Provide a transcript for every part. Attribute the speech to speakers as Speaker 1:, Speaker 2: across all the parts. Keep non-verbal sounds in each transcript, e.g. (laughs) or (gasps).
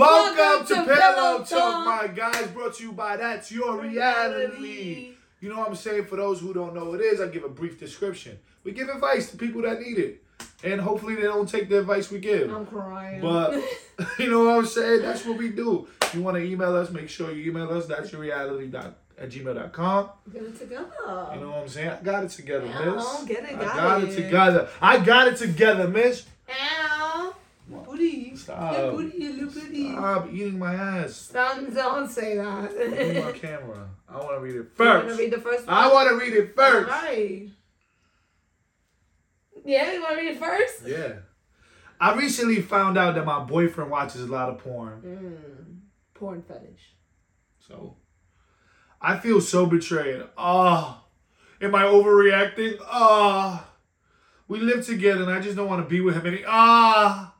Speaker 1: Welcome, to, Pillow Talk, my guys. Brought to you by That's Your Reality. You know what I'm saying? For those who don't know what it is, I give a brief description. We give advice to people that need it. And hopefully they don't take the advice we give.
Speaker 2: I'm crying. (laughs)
Speaker 1: But (laughs) you know what I'm saying? That's what we do. If you want to email us, make sure you email us. That's your reality dot at gmail.com.
Speaker 2: Get it together.
Speaker 1: You know what I'm saying? I got it together,
Speaker 2: Yeah,
Speaker 1: miss.
Speaker 2: get it,
Speaker 1: I
Speaker 2: got
Speaker 1: got it
Speaker 2: it.
Speaker 1: together. I got it together, miss.
Speaker 2: Ow.
Speaker 1: What?
Speaker 2: Booty. Your
Speaker 1: Stop.
Speaker 2: booty, your little booty.
Speaker 1: Stop eating my ass.
Speaker 2: Don't, don't say that. (laughs)
Speaker 1: Eat my camera. I want to read it
Speaker 2: You wanna
Speaker 1: first.
Speaker 2: read the first
Speaker 1: I want to read it first.
Speaker 2: Alright. Yeah, you want to read it first?
Speaker 1: Yeah. I recently found out that my boyfriend watches a lot of porn.
Speaker 2: Mm. Porn fetish.
Speaker 1: So I feel so betrayed. Ah. am I overreacting? Ah. we live together and I just don't want to be with him any ah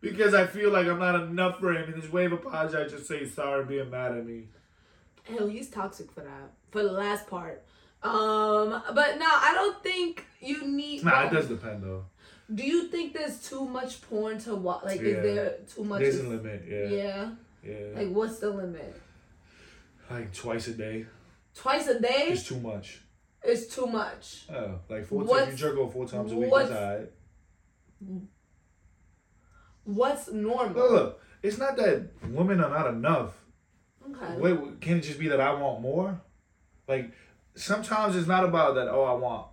Speaker 1: because I feel like I'm not enough for him. In his wave of apology, I just say sorry and being mad at me.
Speaker 2: Hell, he's toxic for that. For the last part. Um, but no, I don't think you need.
Speaker 1: Nah, it does depend though.
Speaker 2: Do you think there's too much porn to watch? Like,
Speaker 1: Yeah.
Speaker 2: is there too much?
Speaker 1: There's a limit, yeah. Yeah.
Speaker 2: yeah. Like, what's the limit?
Speaker 1: Like twice a day
Speaker 2: Twice a day
Speaker 1: is too much.
Speaker 2: is too much.
Speaker 1: Oh, like four times
Speaker 2: What's-
Speaker 1: you jerk off four times a week.
Speaker 2: what's-
Speaker 1: That's alright.
Speaker 2: What's
Speaker 1: Look,
Speaker 2: normal?
Speaker 1: look, it's not that women are not enough.
Speaker 2: Okay.
Speaker 1: Wait, wait, can it just be that I want more? Like sometimes it's not about that. Oh, I want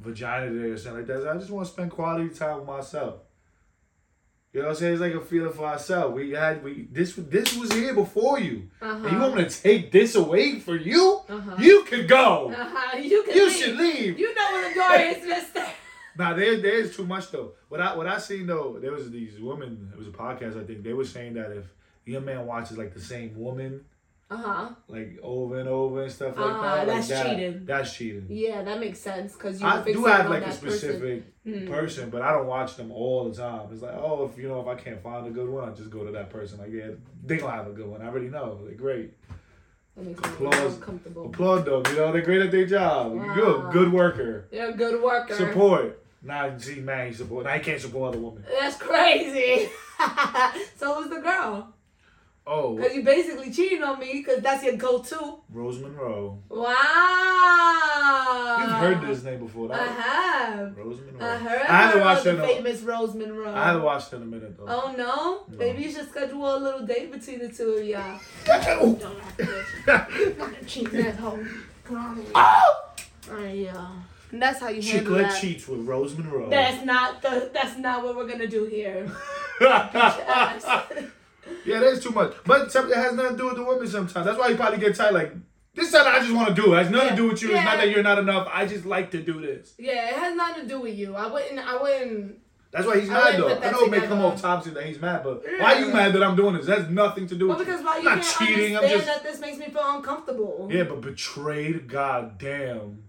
Speaker 1: vagina today or something like that. I just want to spend quality time with myself. You know what I'm saying? It's like a feeling for ourselves. We had we this this was here before you. And you
Speaker 2: Uh-huh.
Speaker 1: want me to take this away for you?
Speaker 2: Uh-huh.
Speaker 1: You could go.
Speaker 2: Uh-huh. You can
Speaker 1: You
Speaker 2: leave.
Speaker 1: should leave.
Speaker 2: You know when the door is, mister.
Speaker 1: Now there there is too much though. What I what I seen though, there was these women. It was a podcast I think. They were saying that if the young man watches like the same woman
Speaker 2: Uh-huh.
Speaker 1: like over and over and stuff like
Speaker 2: Ah,
Speaker 1: that, like
Speaker 2: that's
Speaker 1: that,
Speaker 2: cheating.
Speaker 1: That's cheating.
Speaker 2: Yeah, that makes sense because you
Speaker 1: I
Speaker 2: fix
Speaker 1: do
Speaker 2: it
Speaker 1: have
Speaker 2: on
Speaker 1: like a
Speaker 2: that person.
Speaker 1: specific person.
Speaker 2: Mm.
Speaker 1: but I don't watch them all the time. It's like, oh, if you know, if I can't find a good one, I just go to that person. Like, yeah, they gonna have a good one. I already know. They're great.
Speaker 2: That makes me
Speaker 1: Applause.
Speaker 2: uncomfortable.
Speaker 1: Applaud them. You know, they're great at their job.
Speaker 2: Wow.
Speaker 1: Good, good worker.
Speaker 2: You're a good worker.
Speaker 1: Support. Nah, see, man, you support. Now you can't support other women.
Speaker 2: That's crazy. (laughs) so who's the girl?
Speaker 1: Oh,
Speaker 2: Because you basically cheating on me because that's your go-to.
Speaker 1: Rose Monroe.
Speaker 2: Wow.
Speaker 1: You've heard this name before.
Speaker 2: Uh, I
Speaker 1: That
Speaker 2: have.
Speaker 1: Rose Monroe.
Speaker 2: I heard.
Speaker 1: I haven't
Speaker 2: about
Speaker 1: watched
Speaker 2: the
Speaker 1: it in a-
Speaker 2: famous Rose Monroe.
Speaker 1: I haven't watched it in a minute though.
Speaker 2: Oh no?
Speaker 1: No.
Speaker 2: Maybe you should schedule a little date between the two of y'all. (laughs)
Speaker 1: (laughs)
Speaker 2: Don't have to. Fucking cheating that hoe. Oh yeah. That's how you handle
Speaker 1: Chicklet
Speaker 2: that.
Speaker 1: cheats with Rose Monroe.
Speaker 2: That's not the. That's not what we're gonna do here.
Speaker 1: (laughs) yeah, that's too much. But some- it has nothing to do with the women sometimes. That's why you probably get tight. Like, this is something I just want to do. It has nothing to do with you. It's
Speaker 2: Yeah.
Speaker 1: not that you're not enough. I just like to do this.
Speaker 2: Yeah, it has nothing to do with you. I wouldn't. I wouldn't.
Speaker 1: That's why he's
Speaker 2: I
Speaker 1: mad
Speaker 2: wouldn't
Speaker 1: though.
Speaker 2: put
Speaker 1: I
Speaker 2: that
Speaker 1: know it may come
Speaker 2: together.
Speaker 1: off topsy that he's mad, but why you mad that I'm doing this? That's nothing to do
Speaker 2: Well,
Speaker 1: with
Speaker 2: because why
Speaker 1: I'm
Speaker 2: you
Speaker 1: not
Speaker 2: can't
Speaker 1: cheating. I'm
Speaker 2: understand
Speaker 1: just
Speaker 2: that this makes me feel uncomfortable.
Speaker 1: yeah, but betrayed. God damn.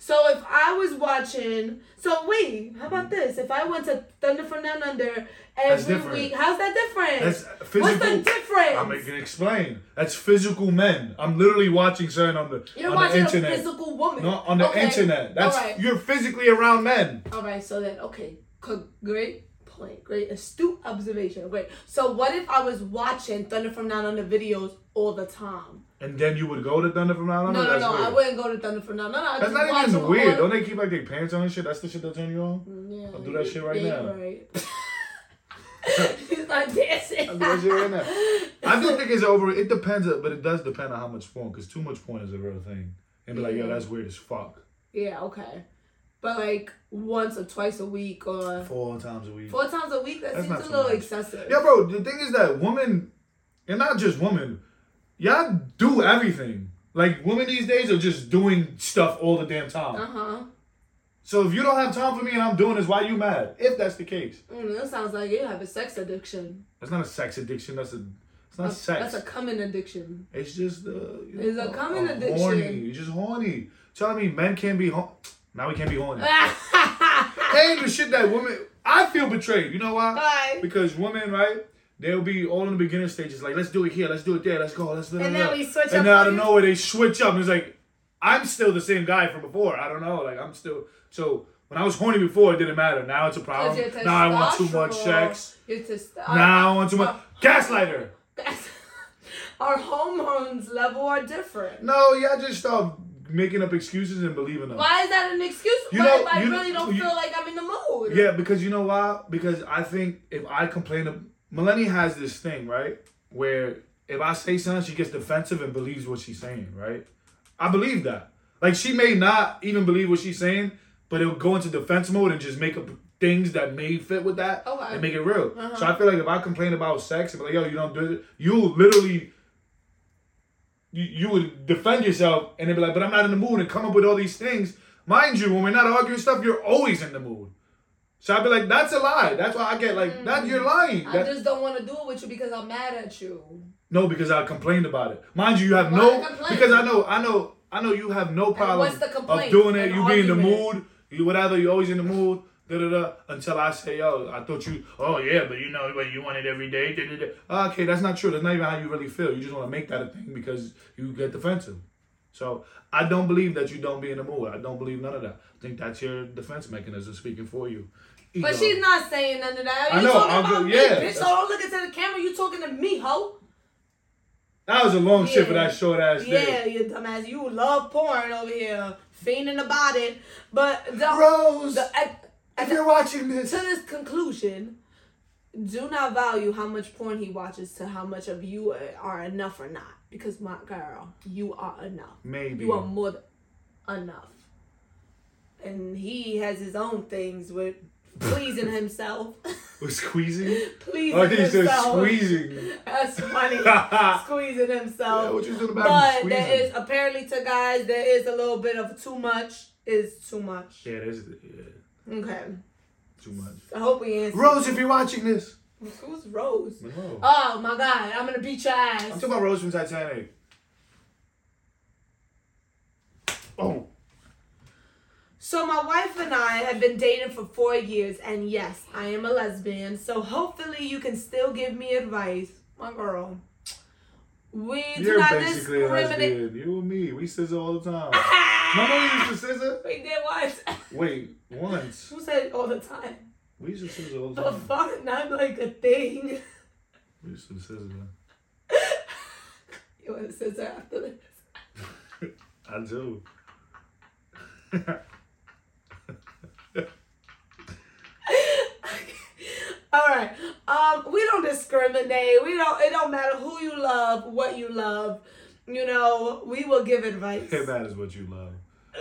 Speaker 2: So if I was watching, so wait, how about this? If I went to Thunder from Down Under every
Speaker 1: different.
Speaker 2: week, how's that different?
Speaker 1: That's
Speaker 2: What's the
Speaker 1: physical.
Speaker 2: difference?
Speaker 1: I'm gonna explain. That's physical men. I'm literally watching something on the
Speaker 2: You're
Speaker 1: on
Speaker 2: watching
Speaker 1: the internet.
Speaker 2: a physical woman.
Speaker 1: no, on the
Speaker 2: Okay.
Speaker 1: internet. That's
Speaker 2: All right.
Speaker 1: you're physically around men.
Speaker 2: All right. So then, okay, co- great point, great astute observation. Great. So what if I was watching Thunder from Down Under videos all the time?
Speaker 1: And then you would go to Thunder from Down Under?
Speaker 2: No, no,
Speaker 1: That's
Speaker 2: no.
Speaker 1: weird.
Speaker 2: I wouldn't go to Thunder from Down Under. I'd
Speaker 1: That's
Speaker 2: just
Speaker 1: not
Speaker 2: watch
Speaker 1: even
Speaker 2: them
Speaker 1: weird.
Speaker 2: all-
Speaker 1: Don't they keep like their pants on and shit? That's the shit that turn you on?
Speaker 2: (laughs) Yeah,
Speaker 1: I'll do that shit right
Speaker 2: yeah,
Speaker 1: now.
Speaker 2: Right.
Speaker 1: (laughs)
Speaker 2: (laughs) He's not dancing.
Speaker 1: I'll do that shit right now. I do think it's over. It depends, but it does depend on how much porn, because too much porn is a real thing. And be like, yo,
Speaker 2: Yeah.
Speaker 1: that's weird as fuck.
Speaker 2: Yeah, okay. But like once or twice a week or
Speaker 1: Four times a week.
Speaker 2: four times a week, that
Speaker 1: That's not
Speaker 2: seems a
Speaker 1: too
Speaker 2: little
Speaker 1: much.
Speaker 2: excessive.
Speaker 1: Yeah, bro, the thing is that women, and not just women, y'all do everything. Like, women these days are just doing stuff all the damn time.
Speaker 2: Uh huh.
Speaker 1: So if you don't have time for me and I'm doing this, why you mad? If that's the case.
Speaker 2: Mm, that sounds like you have a sex addiction.
Speaker 1: That's not a sex addiction. That's a. It's not
Speaker 2: That's-
Speaker 1: sex.
Speaker 2: That's a coming
Speaker 1: (laughs)
Speaker 2: addiction.
Speaker 1: It's just uh, you
Speaker 2: It's a common
Speaker 1: I'm
Speaker 2: addiction.
Speaker 1: Horny. You're just horny. Telling me men can't be horny. Now we can't be horny.
Speaker 2: Ah! Bye.
Speaker 1: hey, the shit that women. I feel betrayed. You know
Speaker 2: Ah!
Speaker 1: why? Because women, right? They'll be all in the beginning stages, like let's do it here, let's do it there, let's go, let's.
Speaker 2: And now we switch
Speaker 1: And
Speaker 2: up
Speaker 1: then out
Speaker 2: on
Speaker 1: of
Speaker 2: you?
Speaker 1: nowhere they switch up. And it's like, I'm still the same guy from before. I don't know. Like I'm still so. When I was horny before, it didn't matter. Now it's a problem.
Speaker 2: Because your
Speaker 1: Now I Um, want too much
Speaker 2: testosterone-
Speaker 1: sex.
Speaker 2: Your test-
Speaker 1: Now I want too much. Gaslighter.
Speaker 2: That's, (laughs) our hormones level are different.
Speaker 1: No, y'all just start making up excuses and believing them.
Speaker 2: Why is that an excuse?
Speaker 1: You
Speaker 2: Why
Speaker 1: know-
Speaker 2: if I
Speaker 1: you-
Speaker 2: really don't
Speaker 1: you-
Speaker 2: feel like I'm in the mood?
Speaker 1: Yeah, because you know why? Because I think if I complain, to, Melanie has this thing right where if I say something, she gets defensive and believes what she's saying. Right? I believe that. Like she may not even believe what she's saying, but it'll go into defense mode and just make up things that may fit with that
Speaker 2: Okay.
Speaker 1: and make it real. So I feel like if I complain about sex and be like, "Yo, you don't do it," you literally. You, you would defend yourself and then be like, but I'm not in the mood and come up with all these things. Mind you, when we're not arguing stuff, you're always in the mood. So I'd be like, that's a lie. That's why I get like, that you're lying.
Speaker 2: I
Speaker 1: That-
Speaker 2: just don't want to do it with you because I'm mad at you.
Speaker 1: no, because I complained about it. Mind you, you have
Speaker 2: Why
Speaker 1: no
Speaker 2: complain?
Speaker 1: because I know, I know, I know you have no problem
Speaker 2: what's the
Speaker 1: of
Speaker 2: complaint?
Speaker 1: doing it.
Speaker 2: An
Speaker 1: You be in the
Speaker 2: argument.
Speaker 1: mood, you whatever. You always in the mood. Da da da. Until I say, yo, I thought you. Oh yeah, but you know, but you want it every day. Da, da, da. Okay, that's not true. That's not even how you really feel. You just want to make that a thing because you get defensive. So I don't believe that you don't be in the mood. I don't believe none of that. I think that's your defense mechanism speaking for you.
Speaker 2: But
Speaker 1: Ego.
Speaker 2: she's not saying none of that.
Speaker 1: I
Speaker 2: you
Speaker 1: know,
Speaker 2: talking
Speaker 1: I'm
Speaker 2: about
Speaker 1: good-
Speaker 2: me,
Speaker 1: yeah,
Speaker 2: bitch. So
Speaker 1: that's-
Speaker 2: don't look into the camera. You talking to me, ho?
Speaker 1: That was a long shit for
Speaker 2: Yeah.
Speaker 1: that short ass
Speaker 2: Yeah,
Speaker 1: thing.
Speaker 2: you dumbass. You love porn over here, fiending about it. But the,
Speaker 1: Rose,
Speaker 2: the at,
Speaker 1: if you're watching
Speaker 2: to
Speaker 1: this,
Speaker 2: this conclusion, do not value how much porn he watches to how much of you are enough or not. Because my girl, you are enough.
Speaker 1: maybe
Speaker 2: You are more than enough. And he has his own things with pleasing himself. (laughs)
Speaker 1: was squeezing.
Speaker 2: pleasing
Speaker 1: Oh, I think you said
Speaker 2: himself.
Speaker 1: squeezing.
Speaker 2: That's funny.
Speaker 1: (laughs)
Speaker 2: squeezing himself.
Speaker 1: Yeah, what you doing about
Speaker 2: but
Speaker 1: him
Speaker 2: there
Speaker 1: squeezing?
Speaker 2: is apparently to guys there is a little bit of too much is too much.
Speaker 1: Yeah, that's yeah,
Speaker 2: Okay.
Speaker 1: too much.
Speaker 2: I hope we answered.
Speaker 1: Rose, if you're watching this,
Speaker 2: Who's Rose?
Speaker 1: Monroe.
Speaker 2: Oh my god, I'm gonna beat your
Speaker 1: I'm
Speaker 2: ass.
Speaker 1: talking about Rose from Titanic. Oh,
Speaker 2: So my wife and I have been dating for four years, and yes, I am a lesbian. So hopefully you can still give me advice, my girl. We do
Speaker 1: you're
Speaker 2: not
Speaker 1: basically
Speaker 2: (laughs)
Speaker 1: a
Speaker 2: discriminate.
Speaker 1: lesbian. You and me, we scissor all the time. Remember we used to scissor?
Speaker 2: We did what?
Speaker 1: Wait, once
Speaker 2: (laughs) Who said it all the time?
Speaker 1: we used to scissor all the
Speaker 2: The
Speaker 1: time.
Speaker 2: fuck, not like a thing.
Speaker 1: We used to scissor.
Speaker 2: (laughs) You want to scissor after this?
Speaker 1: I do.
Speaker 2: All right. Um, we don't discriminate. We don't. It don't matter who you love, what you love. You know, we will give advice.
Speaker 1: It matters what you love.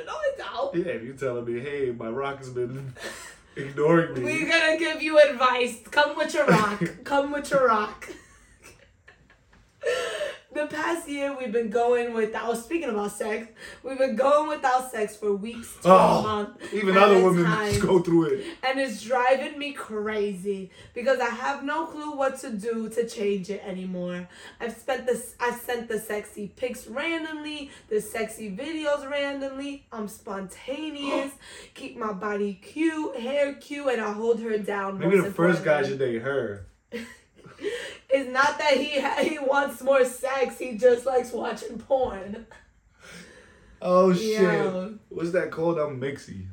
Speaker 2: No, it don't.
Speaker 1: Yeah, if you telling me, hey, my rock has been (laughs) ignoring me.
Speaker 2: We're gonna give you advice. Come with your
Speaker 1: (laughs)
Speaker 2: rock. Come with your rock. (laughs) the past year, we've been going without. Speaking about sex, we've been going without sex for weeks to a
Speaker 1: oh,
Speaker 2: month.
Speaker 1: even
Speaker 2: at
Speaker 1: other
Speaker 2: a
Speaker 1: women
Speaker 2: time.
Speaker 1: go through it.
Speaker 2: and it's driving me crazy because I have no clue what to do to change it anymore. I've spent this I've sent the sexy pics randomly, the sexy videos randomly. I'm
Speaker 1: (gasps)
Speaker 2: spontaneous, keep my body cute, hair cute, and I hold her down.
Speaker 1: Maybe
Speaker 2: most
Speaker 1: the first guy
Speaker 2: importantly.
Speaker 1: should date her.
Speaker 2: It's not that he (laughs) ha- he wants more sex. He just likes watching porn.
Speaker 1: Oh
Speaker 2: Yeah.
Speaker 1: shit! What's that called? I'm mixy.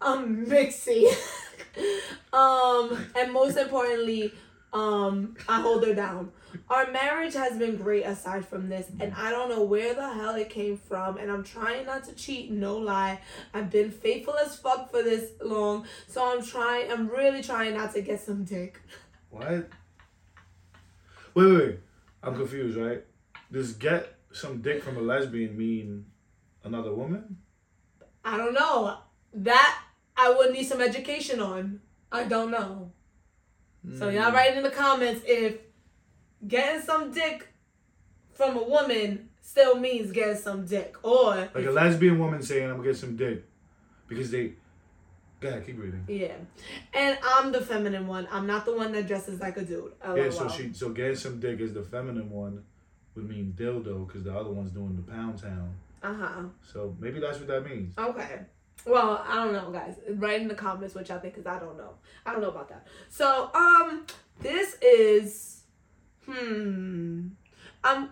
Speaker 2: I'm mixy. (laughs) um, and most importantly, um, I hold her down. Our marriage has been great aside from this, and I don't know where the hell it came from. And I'm trying not to cheat, no lie. I've been faithful as fuck for this long, so I'm trying. I'm really trying not to get some dick.
Speaker 1: What? Wait, wait, wait. I'm confused. Right? Does get some dick from a lesbian mean another woman?
Speaker 2: I don't know. That I would need some education on. I don't know.
Speaker 1: Mm.
Speaker 2: So y'all write in the comments if getting some dick from a woman still means getting some dick, or
Speaker 1: Like a lesbian woman saying, "I'm gonna get some dick," because they. Go ahead, keep reading.
Speaker 2: yeah. And I'm the feminine one. I'm not the one that dresses like a dude.
Speaker 1: Yeah,
Speaker 2: LOL.
Speaker 1: so she so getting some dick is the feminine one, would mean dildo because the other one's doing the pound town.
Speaker 2: Uh huh.
Speaker 1: So maybe that's what that means.
Speaker 2: Okay. Well, I don't know, guys. Write in the comments what y'all think, cause I don't know. I don't know about that. So, um, this is, hmm, um,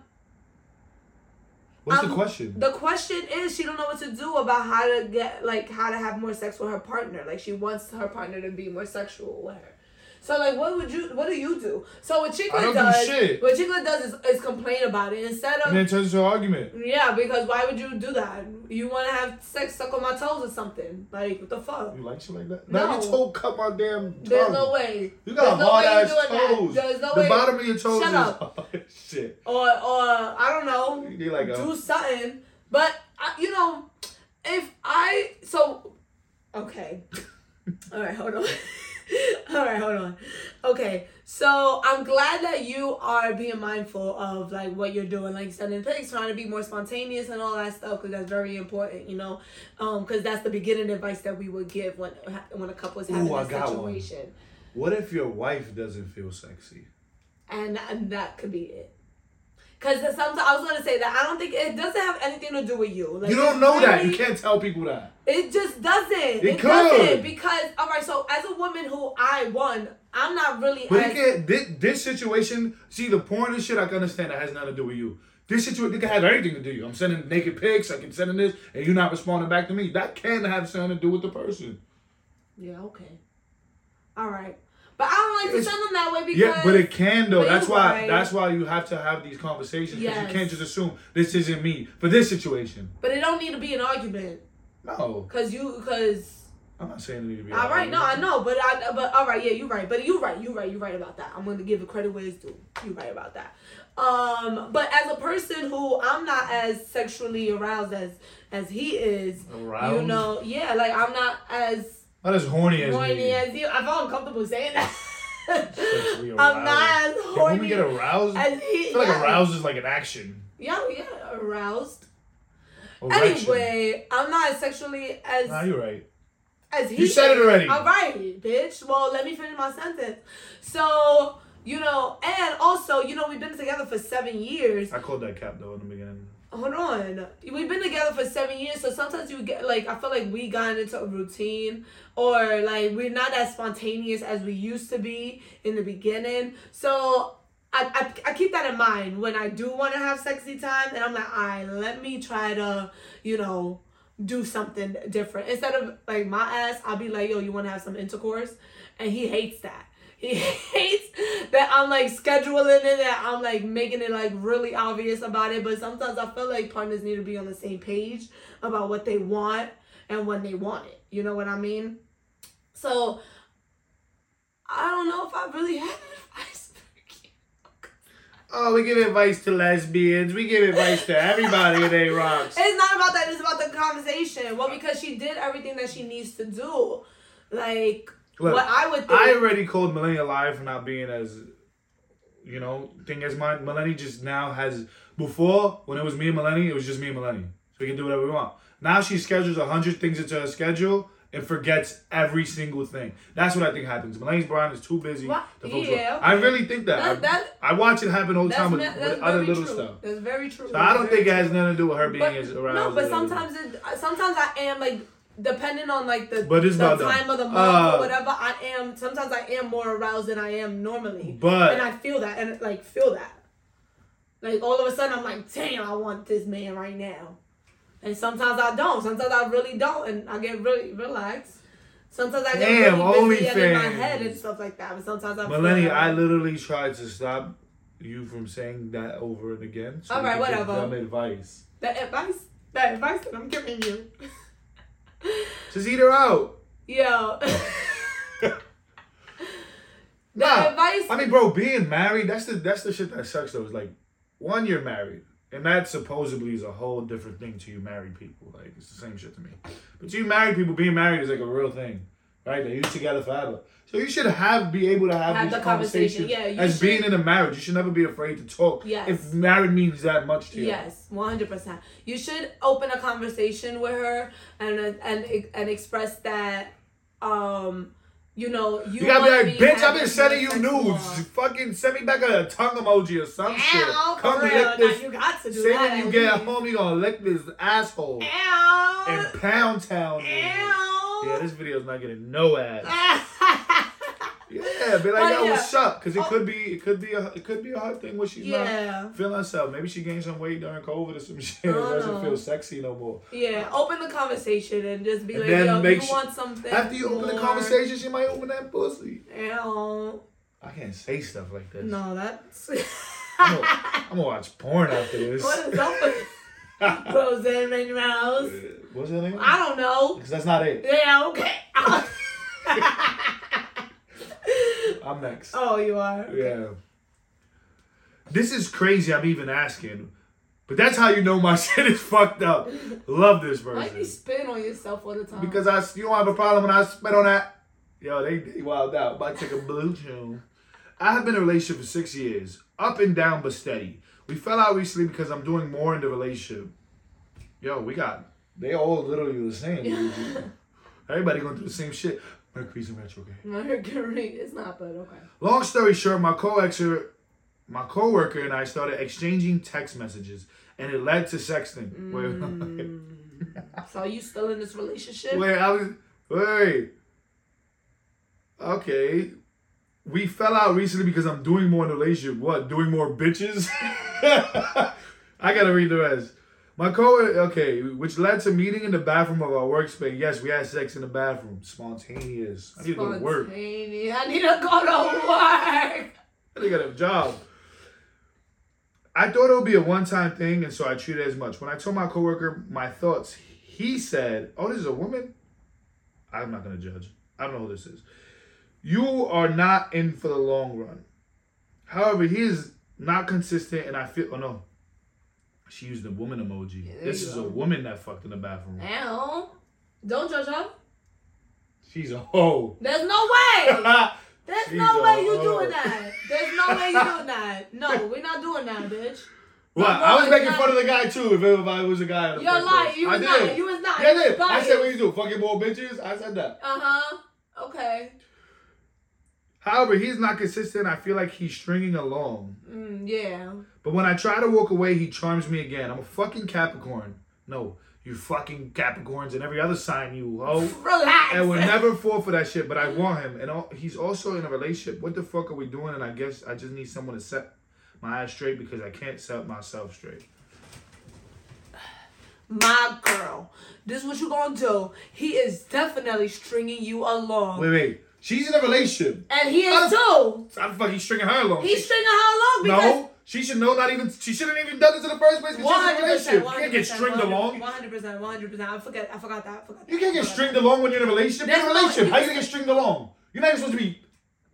Speaker 1: What's the
Speaker 2: Um,
Speaker 1: question?
Speaker 2: the question is she don't know what to do about how to get like how to have more sex with her partner like she wants her partner to be more sexual with her So like, what would you? What do you do? So what
Speaker 1: I don't
Speaker 2: Chicklet
Speaker 1: do
Speaker 2: does,
Speaker 1: shit.
Speaker 2: what Chicklet does is, is complain about it instead of
Speaker 1: And then it turns into an argument.
Speaker 2: yeah, because why would you do that? You want to have sex, suck on my toes or something? Like what the fuck?
Speaker 1: You like shit like that?
Speaker 2: No.
Speaker 1: Now your toe cut my damn tongue.
Speaker 2: There's no way.
Speaker 1: Oh, you got
Speaker 2: There's no
Speaker 1: hard
Speaker 2: way
Speaker 1: ass
Speaker 2: you're doing that.
Speaker 1: toes.
Speaker 2: There's no
Speaker 1: the
Speaker 2: way.
Speaker 1: bottom of your toes
Speaker 2: Shut
Speaker 1: is (laughs)
Speaker 2: up.
Speaker 1: shit.
Speaker 2: Or or I don't know.
Speaker 1: You need like a
Speaker 2: do something. But I, you know, if I so okay, (laughs) all right, hold on. (laughs) All right, hold on. Okay, so I'm glad that you are being mindful of like what you're doing, like sending pics, trying to be more spontaneous and all that stuff, because that's very important, you know, um, because that's the beginning advice that we would give when when a couple is having
Speaker 1: Ooh, I
Speaker 2: a
Speaker 1: got one.
Speaker 2: situation,
Speaker 1: What if your wife doesn't feel sexy?
Speaker 2: and, and that could be it. Cause sometimes I was gonna say that I don't think it doesn't have anything to do with you. Like,
Speaker 1: you don't know that.
Speaker 2: really-
Speaker 1: You can't tell people that.
Speaker 2: It just doesn't. It,
Speaker 1: could.
Speaker 2: doesn't because all right. So as a woman who I won, I'm not really.
Speaker 1: But
Speaker 2: as-
Speaker 1: it can, this, this situation, see the porn and shit, I can understand that has nothing to do with you. This situation, it can have anything to do with you. I'm sending naked pics, I can sending this, and you're not responding back to me. That can have something to do with the person.
Speaker 2: yeah. Okay. All right. But I don't like to
Speaker 1: It's-
Speaker 2: send them that way because.
Speaker 1: yeah, but it can though.
Speaker 2: but
Speaker 1: That's
Speaker 2: you're
Speaker 1: why
Speaker 2: right.
Speaker 1: that's why you have to have these conversations because
Speaker 2: Yes.
Speaker 1: you can't just assume this isn't me for this situation.
Speaker 2: but it don't need to be an argument,
Speaker 1: No,
Speaker 2: cause you, cause.
Speaker 1: I'm not saying it need to be.
Speaker 2: All right, no, I know, but I, but all right, yeah, you're right, but you're right, you're right, you're right about that. I'm gonna give it credit where it's due. You're right about that. Um, but as a person who I'm not as sexually aroused as as he is,
Speaker 1: Around.
Speaker 2: you know, yeah, like I'm not as
Speaker 1: not as horny as
Speaker 2: horny
Speaker 1: me. (laughs)
Speaker 2: as you. I feel uncomfortable saying that. (laughs)
Speaker 1: Sexually
Speaker 2: I'm not as
Speaker 1: Can women
Speaker 2: horny
Speaker 1: get aroused? I
Speaker 2: as he.
Speaker 1: feel like
Speaker 2: yeah.
Speaker 1: aroused is like an action.
Speaker 2: Yeah, yeah, aroused.
Speaker 1: Erection.
Speaker 2: Anyway, I'm not as sexually as
Speaker 1: Nah, you're right.
Speaker 2: as he.
Speaker 1: You said it already.
Speaker 2: All right, bitch. Well, let me finish my sentence. So you know, and also you know, we've been together for seven years.
Speaker 1: I called that cap though in the beginning.
Speaker 2: Hold on, we've been together for seven years, so sometimes you get like I feel like we got into a routine, or like we're not as spontaneous as we used to be in the beginning. So. I, I, I keep that in mind when I do want to have sexy time, and I'm like, all right, let me try to, you know, do something different. Instead of like my ass, I'll be like, yo, you wanna have some intercourse? And he hates that. He (laughs) hates that I'm like scheduling it, that I'm like making it like really obvious about it. But sometimes I feel like partners need to be on the same page about what they want and when they want it. You know what I mean? So I don't know if I really have advice for you.
Speaker 1: Oh, we give advice to lesbians. We give advice to everybody in A Rocks.
Speaker 2: It's not about that. It's about the conversation. Well, because she did everything that she needs to do. Like,
Speaker 1: Look,
Speaker 2: what I would think.
Speaker 1: I already called Millennia live for not being as, you know, thing as mine. Millennia just now has. Before, when it was me and Millennia, it was just me and Millennia. So we can do whatever we want. Now she schedules a 100 things into her schedule and forgets every single thing. That's what I think happens. Millennia's Brian is too busy.
Speaker 2: What?
Speaker 1: to focus
Speaker 2: Yeah,
Speaker 1: on- I really think that.
Speaker 2: That-
Speaker 1: I,
Speaker 2: that-
Speaker 1: I watch it happen all the
Speaker 2: that's,
Speaker 1: time with,
Speaker 2: ma- that's
Speaker 1: with other
Speaker 2: very
Speaker 1: little
Speaker 2: true.
Speaker 1: stuff.
Speaker 2: That's very true.
Speaker 1: So I
Speaker 2: That's
Speaker 1: don't
Speaker 2: very
Speaker 1: think it
Speaker 2: true.
Speaker 1: has nothing to do with her being
Speaker 2: But,
Speaker 1: as aroused.
Speaker 2: no,
Speaker 1: as
Speaker 2: but
Speaker 1: it is.
Speaker 2: sometimes it, uh, sometimes I am like depending on like the,
Speaker 1: But it's
Speaker 2: the
Speaker 1: not that.
Speaker 2: time of the month
Speaker 1: Uh,
Speaker 2: or whatever. I am sometimes I am more aroused than I am normally,
Speaker 1: But
Speaker 2: and I feel that and like feel that. Like all of a sudden, I'm like, damn, I want this man right now. And sometimes I don't. Sometimes I really don't, and I get really relaxed. Sometimes I get
Speaker 1: Damn,
Speaker 2: really busy and in my
Speaker 1: OnlyFans.
Speaker 2: head and stuff like that. But sometimes I'm.
Speaker 1: Millennia, I literally tried to stop you from saying that over and again. So
Speaker 2: All
Speaker 1: we
Speaker 2: right,
Speaker 1: could give
Speaker 2: whatever.
Speaker 1: Dumb advice.
Speaker 2: the advice, the advice that I'm giving you.
Speaker 1: Just eat her out.
Speaker 2: Yo. (laughs) the
Speaker 1: Nah,
Speaker 2: advice.
Speaker 1: I mean, bro, being married, that's the that's the shit that sucks though. Is like, one, you're married, and that supposedly is a whole different thing to you married people. Like, it's the same shit to me. But you married people, being married is like a real thing, right? That you together forever. So you should have be able to have,
Speaker 2: Have
Speaker 1: these
Speaker 2: the conversation,
Speaker 1: conversations
Speaker 2: yeah, you
Speaker 1: as
Speaker 2: should-
Speaker 1: being in a marriage. You should never be afraid to talk.
Speaker 2: Yes.
Speaker 1: If married means that much to you.
Speaker 2: Yes, one hundred percent. You should open a conversation with her and and and express that, um, you know, you.
Speaker 1: You gotta be
Speaker 2: wanna
Speaker 1: like, bitch, I've
Speaker 2: having
Speaker 1: been sending you
Speaker 2: sex
Speaker 1: nudes.
Speaker 2: more."
Speaker 1: Fucking send me back a tongue emoji or some shit.
Speaker 2: Ow, oh, for
Speaker 1: Come
Speaker 2: real.
Speaker 1: lick
Speaker 2: Now
Speaker 1: this.
Speaker 2: you got to do
Speaker 1: Say
Speaker 2: that.
Speaker 1: when you
Speaker 2: at
Speaker 1: get
Speaker 2: least.
Speaker 1: home, you gonna lick this asshole. And
Speaker 2: Ow.
Speaker 1: pound town. nigga.
Speaker 2: Ow.
Speaker 1: Yeah, this video's not getting no ass. Yeah, be like,
Speaker 2: But
Speaker 1: yo,
Speaker 2: yeah.
Speaker 1: what's up? Because it
Speaker 2: Oh.
Speaker 1: could be, it could be, a, it could be a hard thing where she's
Speaker 2: (laughs)
Speaker 1: not
Speaker 2: yeah.
Speaker 1: feeling herself. Maybe she gained some weight during COVID or some (laughs) shit.
Speaker 2: Oh,
Speaker 1: it doesn't
Speaker 2: no.
Speaker 1: feel sexy no more.
Speaker 2: Yeah. Open the conversation and just be
Speaker 1: And
Speaker 2: like,
Speaker 1: then
Speaker 2: yo,
Speaker 1: make
Speaker 2: you
Speaker 1: su-
Speaker 2: want something.
Speaker 1: After you open the
Speaker 2: more?
Speaker 1: conversation, she might open that pussy.
Speaker 2: Ew.
Speaker 1: I can't say stuff like this.
Speaker 2: No, that's.
Speaker 1: I'm gonna- I'm gonna watch porn after
Speaker 2: (laughs)
Speaker 1: this.
Speaker 2: what is up with
Speaker 1: (laughs)
Speaker 2: Roseanne Menrose?
Speaker 1: What's her name?
Speaker 2: I don't know.
Speaker 1: Because that's not it.
Speaker 2: Yeah, okay. (laughs)
Speaker 1: I'm next.
Speaker 2: oh, you are. Okay.
Speaker 1: Yeah. This is crazy. I'm even asking, but that's how you know my (laughs) shit is fucked up. Love this
Speaker 2: Why do you
Speaker 1: person
Speaker 2: spin on yourself all the time?
Speaker 1: because I you don't have a problem when I spit on that. Yo, they, they wild out. About to take a blue tune. I have been in a relationship for six years, up and down but steady. We fell out recently because I'm doing more in the relationship. Yo, we got they all literally the
Speaker 2: (laughs)
Speaker 1: same. dude. Everybody going through the same shit. Mercury's in retrograde.
Speaker 2: Mercury is not, but
Speaker 1: (laughs)
Speaker 2: okay.
Speaker 1: Long story short, my co-worker, my coworker and I started exchanging text messages, and it led to sexting.
Speaker 2: Mm.
Speaker 1: Wait,
Speaker 2: So you still in this relationship?
Speaker 1: wait, (laughs) I was, wait. Okay, we fell out recently because I'm doing more in the relationship. What? Doing more bitches? (laughs) I gotta read the rest. My coworker, okay, which led to meeting in the bathroom of our workspace. Yes, we had sex in the bathroom. Spontaneous. I need to go to work.
Speaker 2: Spontaneous. I need to go to work.
Speaker 1: They got a job. I thought it would be a one-time thing, and so I treated it as much. When I told my coworker my thoughts, he said, "Oh, this is a woman." I'm not gonna judge. I don't know who this is. You are not in for the long run. However, he is not consistent, and I feel. Oh no, she used the woman emoji.
Speaker 2: Yeah, there
Speaker 1: this
Speaker 2: you
Speaker 1: is
Speaker 2: go.
Speaker 1: a woman that fucked in the bathroom.
Speaker 2: Ow. Don't judge her.
Speaker 1: She's a hoe.
Speaker 2: There's no way. There's no
Speaker 1: She's
Speaker 2: way
Speaker 1: a
Speaker 2: you
Speaker 1: hoe.
Speaker 2: doing that. There's no way you doing that. No, we're not doing that, bitch.
Speaker 1: Well,
Speaker 2: My
Speaker 1: I was
Speaker 2: boy,
Speaker 1: making
Speaker 2: yeah.
Speaker 1: fun of the guy too. If it, if I was a guy, in the
Speaker 2: You're
Speaker 1: first
Speaker 2: lying.
Speaker 1: place.
Speaker 2: You
Speaker 1: I
Speaker 2: was
Speaker 1: did.
Speaker 2: not. You was not.
Speaker 1: Yeah,
Speaker 2: You
Speaker 1: I did.
Speaker 2: was
Speaker 1: I said,
Speaker 2: biased.
Speaker 1: what you do? Fucking more bitches? I said that.
Speaker 2: Uh-huh. Okay.
Speaker 1: However, he's not consistent. I feel like he's stringing along.
Speaker 2: Mm, yeah.
Speaker 1: But when I try to walk away, he charms me again. I'm a fucking Capricorn. No, you fucking Capricorns and every other sign you hoe.
Speaker 2: Relax.
Speaker 1: I
Speaker 2: (laughs)
Speaker 1: would never fall for that shit, but I want him. And all, he's also in a relationship. What the fuck are we doing? And I guess I just need someone to set my eyes straight because I can't set myself straight.
Speaker 2: My girl, this what you gonna do. He is definitely stringing you along.
Speaker 1: Wait, wait. She's in a relationship.
Speaker 2: and he
Speaker 1: How
Speaker 2: is
Speaker 1: the-
Speaker 2: too.
Speaker 1: I'm fucking stringing her along.
Speaker 2: He's stringing her along because
Speaker 1: No, she should know. Not even she shouldn't even done this in the first place. 'cause
Speaker 2: One
Speaker 1: She's in a
Speaker 2: hundred percent.
Speaker 1: relationship.
Speaker 2: One
Speaker 1: You can't
Speaker 2: hundred
Speaker 1: get
Speaker 2: percent.
Speaker 1: stringed along.
Speaker 2: One hundred percent. One hundred percent. I forgot. I forgot that. I forgot.
Speaker 1: You can't get
Speaker 2: that.
Speaker 1: stringed along when you're in a relationship. You're in a
Speaker 2: There's no-
Speaker 1: relationship. How you gonna get stringed along? You're not even supposed to be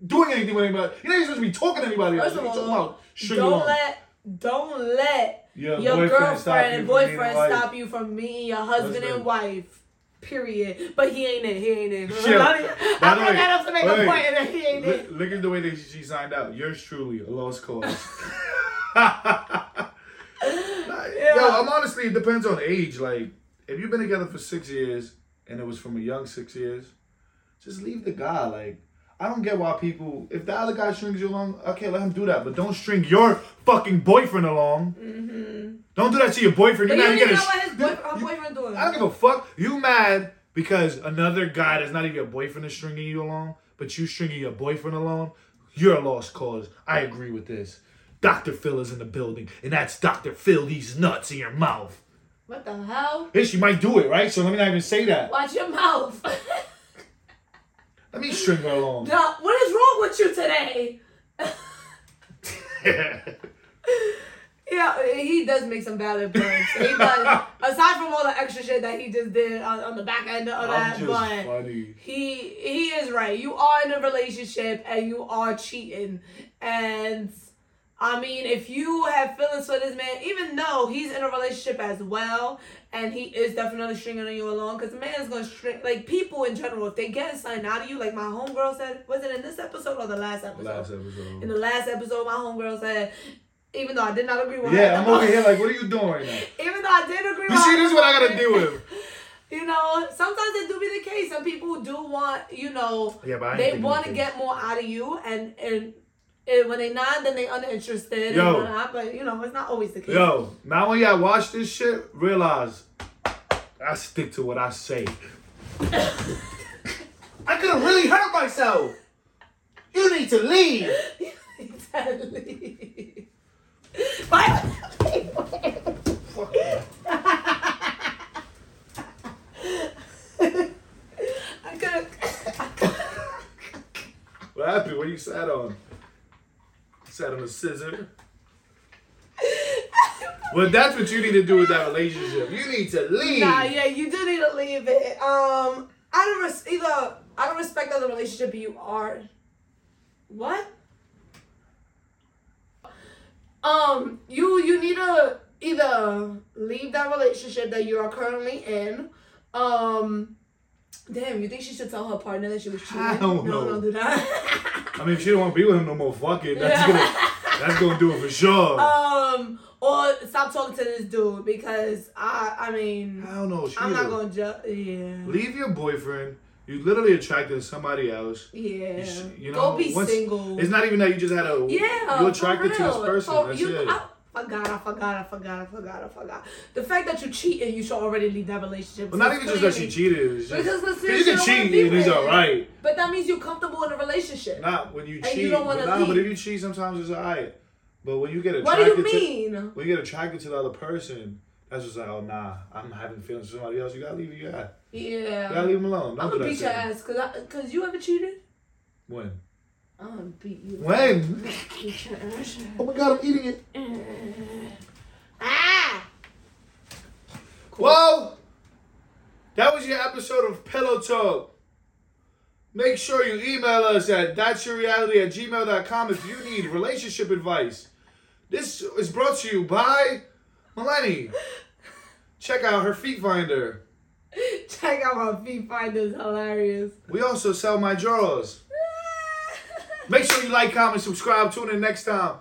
Speaker 1: doing anything with anybody. You're not even supposed to be talking to anybody.
Speaker 2: First of
Speaker 1: You're talking
Speaker 2: all,
Speaker 1: about stringed
Speaker 2: don't
Speaker 1: along.
Speaker 2: let don't let
Speaker 1: your,
Speaker 2: your
Speaker 1: boyfriend stop
Speaker 2: girlfriend
Speaker 1: you
Speaker 2: and
Speaker 1: from being
Speaker 2: boyfriend
Speaker 1: like-
Speaker 2: stop you from meeting your husband
Speaker 1: Husband.
Speaker 2: and wife. Period. But he ain't it. He ain't it.
Speaker 1: Shit.
Speaker 2: I
Speaker 1: By the
Speaker 2: brought
Speaker 1: way,
Speaker 2: that up to make a
Speaker 1: by the
Speaker 2: point,
Speaker 1: way,
Speaker 2: and then he ain't
Speaker 1: Look,
Speaker 2: it.
Speaker 1: look at the way that she signed out. Yours truly, a
Speaker 2: (laughs)
Speaker 1: lost cause. Yo, I'm honestly, it depends on age. Like, if you've been together for six years and it was from a young six years, just leave the guy. Like, I don't get why people, if the other guy strings you along, okay, let him do that. But don't string your fucking boyfriend along. Don't do that to your boyfriend.
Speaker 2: Mm-hmm. But
Speaker 1: You're
Speaker 2: you don't even know
Speaker 1: not even gonna.
Speaker 2: what his
Speaker 1: sh-
Speaker 2: boy, her
Speaker 1: you-
Speaker 2: boyfriend doing.
Speaker 1: I don't give a fuck. You mad because another guy that's not even your boyfriend is stringing you along, but you stringing your boyfriend along? You're a lost cause. I agree with this. Dr. Phil is in the building, and that's Dr. Phil. These nuts in your mouth.
Speaker 2: What the hell?
Speaker 1: Hey, she might do it, right? So let me not even say that.
Speaker 2: Watch your mouth. (laughs)
Speaker 1: Let me string her along. (laughs)
Speaker 2: Duh, what is wrong with you today? Yeah, he does make some valid points.
Speaker 1: (laughs)
Speaker 2: He does. Aside from all the extra shit that he just did on, on the back end of
Speaker 1: I'm
Speaker 2: that,
Speaker 1: just
Speaker 2: but
Speaker 1: funny.
Speaker 2: he he is right. You are in a relationship and you are cheating. And I mean, if you have feelings for this man, even though he's in a relationship as well, and he is definitely stringing you along, because the man is gonna string like people in general. If they get something out of you, like my homegirl said, was it in this episode or the last episode?
Speaker 1: Last
Speaker 2: In
Speaker 1: episode.
Speaker 2: the last episode, my homegirl said, even though I did not agree with her,
Speaker 1: Yeah, I'm over here like, what are you doing right now?
Speaker 2: even though I did agree
Speaker 1: You
Speaker 2: with
Speaker 1: see,
Speaker 2: her,
Speaker 1: this is what I
Speaker 2: (laughs)
Speaker 1: gotta deal with.
Speaker 2: You know, sometimes it do be the case. Some people do want, you know,
Speaker 1: Yeah, but I ain't
Speaker 2: they
Speaker 1: thinking
Speaker 2: want to
Speaker 1: anything.
Speaker 2: get more out of you, and and, and when they not, then they uninterested.
Speaker 1: Yo.
Speaker 2: and whatnot, but you know, it's not always the case.
Speaker 1: Yo, now when y'all watch this shit, realize I stick to what I say. I could have really hurt myself. You need to leave.
Speaker 2: Exactly. Why
Speaker 1: Fuck you.
Speaker 2: (laughs) I could
Speaker 1: What happened? What you sat on? Sat on a scissor. Well, that's what you need to do with that relationship. You need to leave.
Speaker 2: Nah, yeah, you do need to leave it. Um, I don't res- either. I don't respect that the relationship you are. What? Um, you you need to either leave that relationship that you are currently in. Um, damn, you think she should tell her partner that she was cheating?
Speaker 1: Hell
Speaker 2: No,
Speaker 1: no.
Speaker 2: no, do not.
Speaker 1: (laughs) I mean, if she don't want to be with him no more, fuck it. That's gonna, that's gonna do it for
Speaker 2: (laughs)
Speaker 1: sure.
Speaker 2: um, or stop talking to this dude because I I mean
Speaker 1: I don't know. She
Speaker 2: I'm
Speaker 1: either-
Speaker 2: not gonna judge. Yeah.
Speaker 1: leave your boyfriend. You literally attracted to somebody else.
Speaker 2: Yeah.
Speaker 1: You sh- you know,
Speaker 2: Go be
Speaker 1: once-
Speaker 2: single.
Speaker 1: It's not even that you just had a.
Speaker 2: yeah.
Speaker 1: You're attracted
Speaker 2: for
Speaker 1: to this
Speaker 2: real.
Speaker 1: person.
Speaker 2: For-
Speaker 1: that's
Speaker 2: you-
Speaker 1: it.
Speaker 2: I forgot, I forgot, I forgot, I forgot, I forgot. The fact that you cheated, you should already leave that relationship.
Speaker 1: but not even just that she cheated. It's just,
Speaker 2: Because let's say
Speaker 1: you
Speaker 2: she
Speaker 1: can
Speaker 2: don't wanna
Speaker 1: cheat
Speaker 2: be
Speaker 1: and it's
Speaker 2: with you.
Speaker 1: alright.
Speaker 2: But that means you're comfortable in a relationship.
Speaker 1: Not when you
Speaker 2: you
Speaker 1: cheat.
Speaker 2: don't
Speaker 1: but
Speaker 2: wanna
Speaker 1: nah, but
Speaker 2: leave.
Speaker 1: if you cheat, sometimes it's alright. But when you get
Speaker 2: what
Speaker 1: attracted
Speaker 2: do you
Speaker 1: to
Speaker 2: mean?
Speaker 1: when you get attracted to the other person, that's just like, oh nah, I'm having feelings for somebody else. You gotta leave who you got. You
Speaker 2: yeah.
Speaker 1: gotta leave him alone. Don't
Speaker 2: I'm
Speaker 1: do
Speaker 2: gonna Uh-huh.
Speaker 1: that
Speaker 2: beat
Speaker 1: to
Speaker 2: your
Speaker 1: him.
Speaker 2: ass because cause you ever cheated?
Speaker 1: When?
Speaker 2: I'm gonna beat you.
Speaker 1: When?
Speaker 2: Beat your ass.
Speaker 1: Oh my god, I'm eating it.
Speaker 2: Ah!
Speaker 1: Well, that was your episode of Pillow Talk. Make sure you email us at that's your reality at gmail.com if you need relationship advice. This is brought to you by Melanie. Check out her feet finder.
Speaker 2: Check out my feet finders, hilarious.
Speaker 1: We also sell my drawers. Make sure you like, comment, subscribe. Tune in next time.